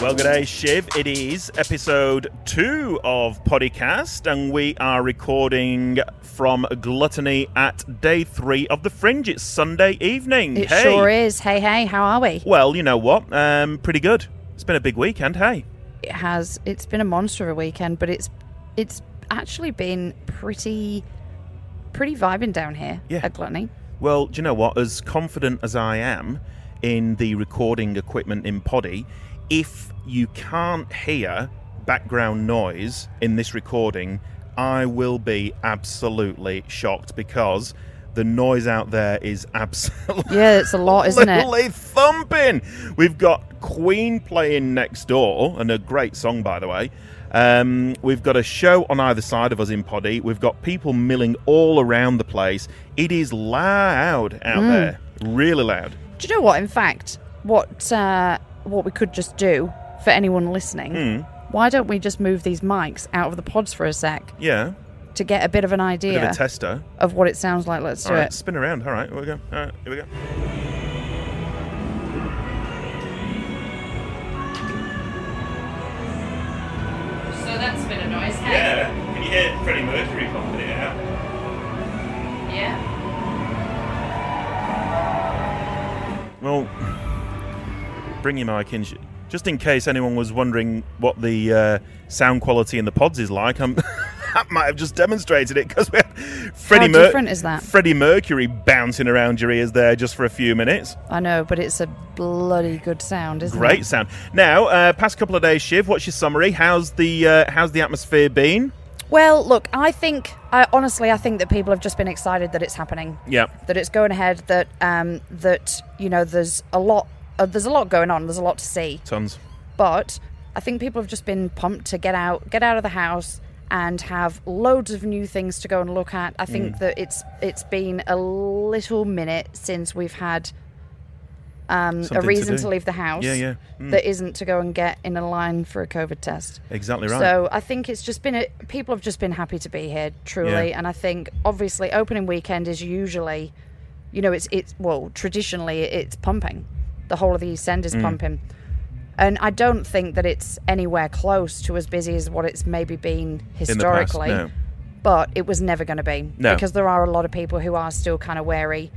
Well, good day, Shiv. It is episode two of Podcast, and we are recording from Gluttony at day three of the Fringe. It's Sunday evening. It hey. sure is. Hey, hey, how are we? Well, you know what? Um, pretty good. It's been a big weekend. Hey. It has. It's been a monster of a weekend, but it's it's actually been pretty pretty vibing down here Yeah. at Gluttony. Well, do you know what? As confident as I am in the recording equipment in Poddy, if you can't hear background noise in this recording, I will be absolutely shocked because the noise out there is absolutely Yeah, it's a lot, isn't it? thumping. We've got Queen playing next door, and a great song, by the way. Um, we've got a show on either side of us in Poddy. We've got people milling all around the place. It is loud out Mm. there, really loud. Do you know what? In fact, what uh, what we could just do for anyone listening, Hmm. why don't we just move these mics out of the pods for a sec Yeah, to get a bit of an bit idea of a tester. of what it sounds like? Let's do All right, it. spin around. All right, here we go. All right, here we go. So that's a bit of noise. can Uh, you hear Freddie Mercury pumping it out? yeah. Well, bring your mic in. sh- Just in case anyone was wondering what the uh, sound quality in the pods is like, I'm, that might have just demonstrated it because we had Freddie, Mer- different is that? Freddie Mercury bouncing around your ears there just for a few minutes. I know, but it's a bloody good sound, isn't Great it? sound. Now, uh, past couple of days, Shiv, what's your summary? How's the uh, how's the atmosphere been? Well, look, I think, I honestly, I think that people have just been excited that it's happening, Yeah, that it's going ahead, that um, that you know, there's a lot, uh, there's a lot going on, there's a lot to see, tons. but I think people have just been pumped to get out, get out of the house, and have loads of new things to go and look at. I Mm. think that it's it's been a little minute since we've had um, Something a to reason do. to, leave the house, Yeah, Mm. yeah. that isn't to go and get in a line for a COVID test. Exactly right. So I think it's just been a, people have just been happy to be here, truly. Yeah. And I think obviously opening weekend is usually, you know, it's it's well traditionally it's pumping, the whole of the East End is Mm. pumping, and I don't think that it's anywhere close to as busy as what it's maybe been in the past, historically. no. But it was never going to be No. because there are a lot of people who are still kind of wary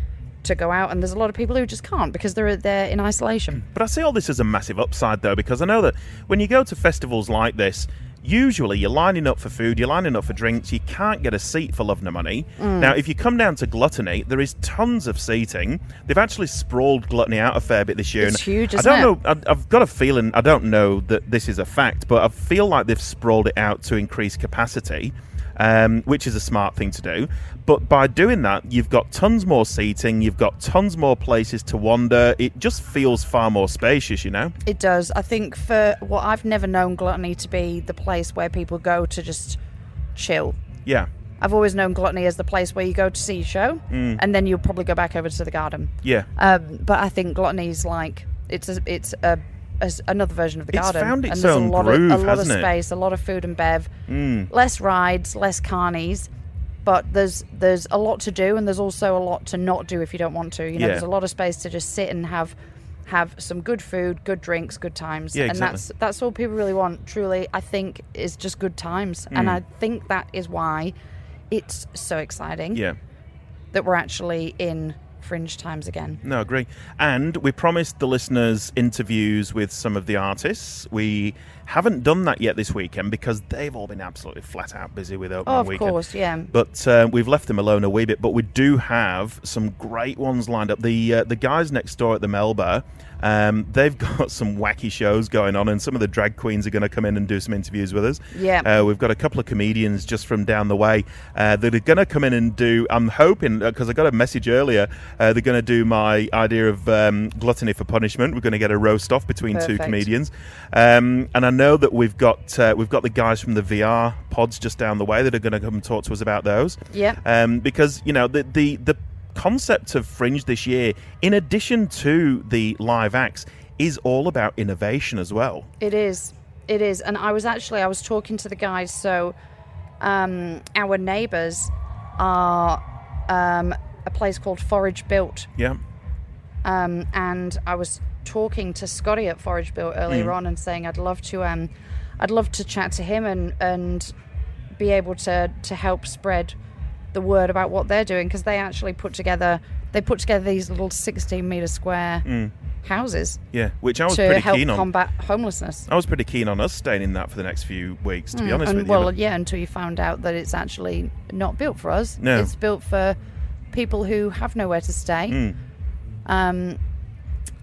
to go out, and there's a lot of people who just can't because they're they're in isolation. But I see all this as a massive upside, though, because I know that when you go to festivals like this, usually you're lining up for food, you're lining up for drinks, you can't get a seat for love nor money. Mm. Now, if you come down to Gluttony, there is tons of seating. They've actually sprawled Gluttony out a fair bit this year. It's and huge, I isn't don't it? know. I- I've got a feeling. I don't know that this is a fact, but I feel like they've sprawled it out to increase capacity, um, which is a smart thing to do. But by doing that, you've got tons more seating. You've got tons more places to wander. It just feels far more spacious, you know. It does. I think for what I've never known gluttony to be the place where people go to just chill. Yeah, I've always known gluttony as the place where you go to see a show and then you'll probably go back over to the garden. yeah. Um, but I think gluttony's like it's a, it's a, a s- another version of the It's garden. found its and there's own a lot groove, of a lot of hasn't it? Hmm. space, a lot of food and bev, less rides, less carnies. But there's there's a lot to do, and there's also a lot to not do if you don't want to. You know, Yeah. there's a lot of space to just sit and have have some good food, good drinks, good times, Yeah, and exactly. that's that's all people really want. Truly, I think is just good times, Hmm. and I think that is why it's so exciting yeah. that we're actually in fringe times again. No, I agree. And we promised the listeners interviews with some of the artists. We haven't done that yet this weekend because they've all been absolutely flat out busy with opening Oh, of weekend. course, yeah. But uh, we've left them alone a wee bit. But we do have some great ones lined up. The uh, the guys next door at the Melba, um, they've got some wacky shows going on, and some of the drag queens are going to come in and do some interviews with us. Yeah. Uh, we've got a couple of comedians just from down the way uh, that are going to come in and do. I'm hoping because I got a message earlier. Uh, they're going to do my idea of um, gluttony for punishment. We're going to get a roast off between two Perfect. comedians, um, and I know that we've got uh, we've got the guys from the VR pods just down the way that are going to come and talk to us about those. Yep. Um, because you know the the the concept of Fringe this year, in addition to the live acts, is all about innovation as well. It is. It is. And I was actually I was talking to the guys. So um, our neighbours are um, a place called Forage Built, Yeah. um, and I was talking to Scotty at Forage Bill earlier Mm. on and saying I'd love to um, I'd love to chat to him and and be able to to help spread the word about what they're doing because they actually put together they put together these little 16 meter square houses Yeah, which Mm. I was to pretty help keen on. combat homelessness. I was pretty keen on us staying in that for the next few weeks, to be honest Mm, and with you. well, but- yeah, until you found out that it's actually not built for us. No. It's built for people who have nowhere to stay. Mm. Um,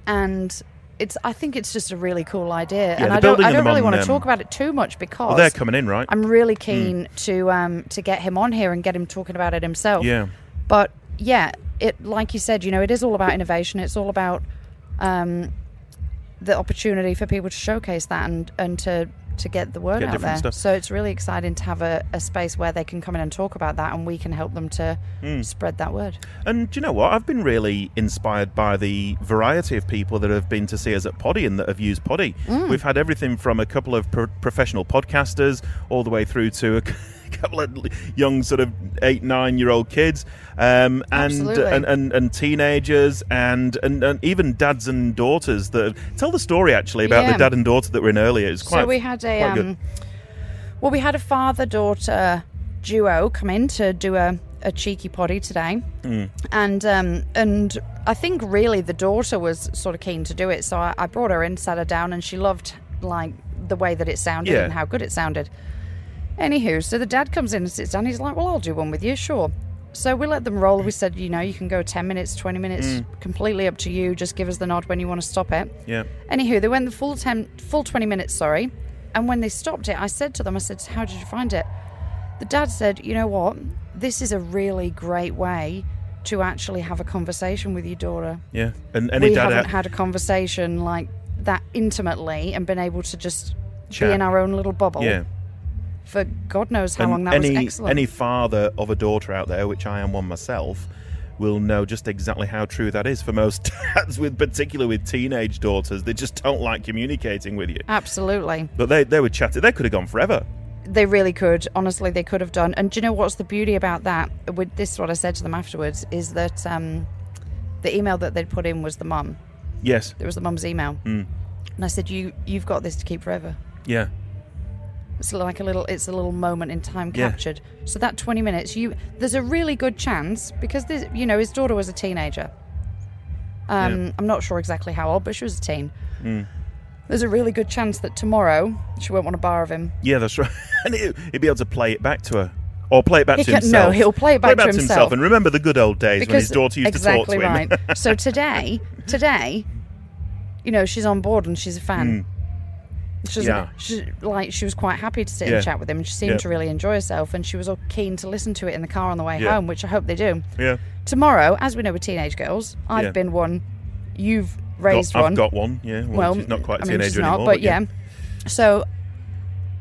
and it's I think it's just a really cool idea, they're and I don't building I don't them really on, want to um, talk about it too much because well, they're Mm. coming in, right? I'm really keen to um, to get him on here and get him talking about it himself. yeah, But yeah, it like you said, you know, it is all about innovation. It's all about um, the opportunity for people to showcase that and and to to get the word Get out different there. stuff. So it's really exciting to have a, a space where they can come in and talk about that, and we can help them to Hmm. spread that word. and do you know what? I've been really inspired by the variety of people that have been to see us at Poddy and that have used Poddy. Mm. We've had everything from a couple of pro- professional podcasters all the way through to a c- couple of l- young sort of eight, nine year old kids, um, and, Absolutely. and and and teenagers, and, and and even dads and daughters. That tell the story actually about Yeah. the dad and daughter that were in earlier. It's quite so we had a quite good. um, well, we had a father daughter duo come in to do a, a cheeky potty today, Mm, and um, and I think really the daughter was sort of keen to do it, so I, I brought her in, sat her down, and she loved like the way that it sounded Yeah. and how good it sounded. Anywho, so the dad comes in and sits down. He's like, "Well, I'll do one with you, sure." So we let them roll. We said, "You know, you can go ten minutes, twenty minutes, completely up to you. Just give us the nod when you want to stop it." yeah. Anywho, they went the full ten, full twenty minutes. Sorry, and when they stopped it, I said to them, I said, "How did you find it?" The dad said, "You know what? This is a really great way to actually have a conversation with your daughter. Yeah, and any we dad haven't out- had a conversation like that intimately and been able to just Chat. be in our own little bubble yeah, for God knows how and long. That any was excellent. any father of a daughter out there, which I am one myself, will know just exactly how true that is for most dads, with particularly with teenage daughters. They just don't like communicating with you. Absolutely." But they they were chatting. They could have gone forever. they really could honestly they could have done and do you know what's the beauty about that with this is what i said to them afterwards is that um, the email that they'd put in was the mum Yes. it was the mum's email and i said you you've got this to keep forever Yeah. it's like a little it's a little moment in time Yeah. captured so that 20 minutes you there's a really good chance because this you know his daughter was a teenager um, i'm not sure exactly how old but she was a teen there's a really good chance that tomorrow she won't want a bar of him Yeah, that's right. And he, would be able to play it back to her. Or play it back He to can- no, himself. he'll play it back to himself. And remember the good old days when his daughter used exactly to talk to him. right. so today, today, you know, she's on board and she's a fan. She's Hmm. Yeah. she, like she was quite happy to sit Yeah. and chat with him. She seemed Yeah. to really enjoy herself, and she was all keen to listen to it in the car on the way Yeah. home, which I hope they do. yeah. Tomorrow, as we know with teenage girls, I've Yeah. been one, you've Got- raised one. I've got one. Yeah. Well, well, she's not quite a I mean, teenager she's not, anymore. but yeah. So,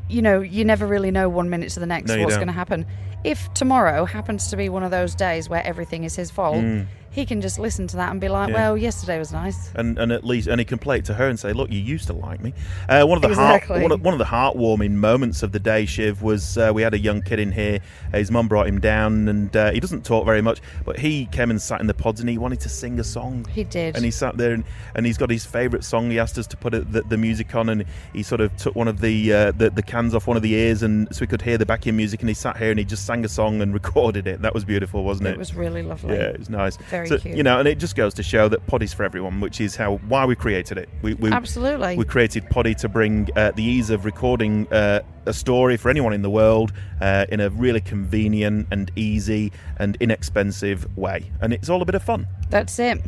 you know, you never really know one minute to the next No, you what's don't. going to happen. If tomorrow happens to be one of those days where everything is his fault, he can just listen to that and be like, Hmm. Yeah. "Well, yesterday was nice." and, and at least and he can play it to her and say, "Look, you used to like me." Uh, one of the Exactly. heart, one, of, one of the heartwarming moments of the day, Shiv, was uh, we had a young kid in here. His mum brought him down, and uh, he doesn't talk very much, but he came and sat in the pods and he wanted to sing a song. He did. And he sat there and, and he's got his favourite song. He asked us to put it, the, the music on, and he sort of took one of the, uh, the the cans off one of the ears, and so we could hear the backing music. And he sat here and he just sang a song and recorded it. That was beautiful, wasn't it? it was really lovely. Yeah, it's nice. Very so, cute. You know, and it just goes to show that Poddy's for everyone, which is how why we created it. We, we Absolutely. we created Poddy to bring uh, the ease of recording uh, a story for anyone in the world uh, in a really convenient and easy and inexpensive way, and it's all a bit of fun. That's it.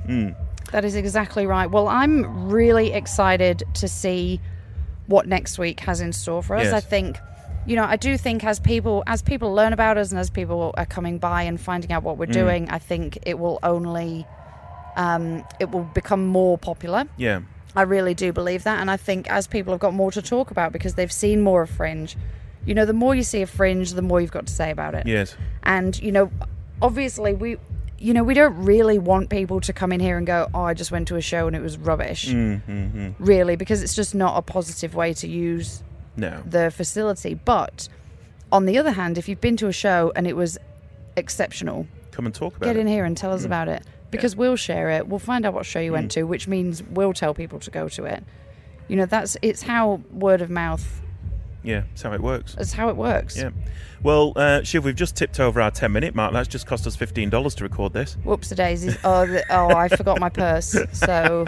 That is exactly right. Well, I'm really excited to see what next week has in store for us. Yes. I think, you know, I do think as people as people learn about us and as people are coming by and finding out what we're doing, I think it will only um, it will become more popular. Yeah, I really do believe that, and I think as people have got more to talk about because they've seen more of Fringe, you know, the more you see of Fringe, the more you've got to say about it yes, and you know obviously we you know we don't really want people to come in here and go oh i just went to a show and it was rubbish Mm. Mm-hmm. really because it's just not a positive way to use no, the facility but on the other hand if you've been to a show and it was exceptional come and talk about get it. in here and tell us about it because we'll share it. We'll find out what show you went to, which means we'll tell people to go to it. You know, that's it's how word of mouth Yeah, that's how it works. is how it works. Yeah. Well, uh, Shiv, we've just tipped over our 10 minute mark. That's just cost us $15 to record this. Whoops a daisies. Oh, the, oh, I forgot my purse. So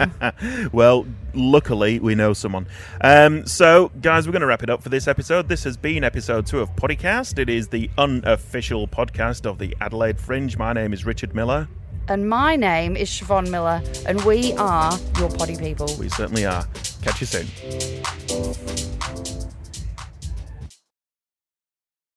Well, luckily, we know someone. Um, so, guys, we're going to wrap it up for this episode. This has been episode two of Podcast. It is the unofficial podcast of the Adelaide Fringe. My name is Richard Miller. and my name is Siobhan Miller and we are your potty people. We certainly are. Catch you soon.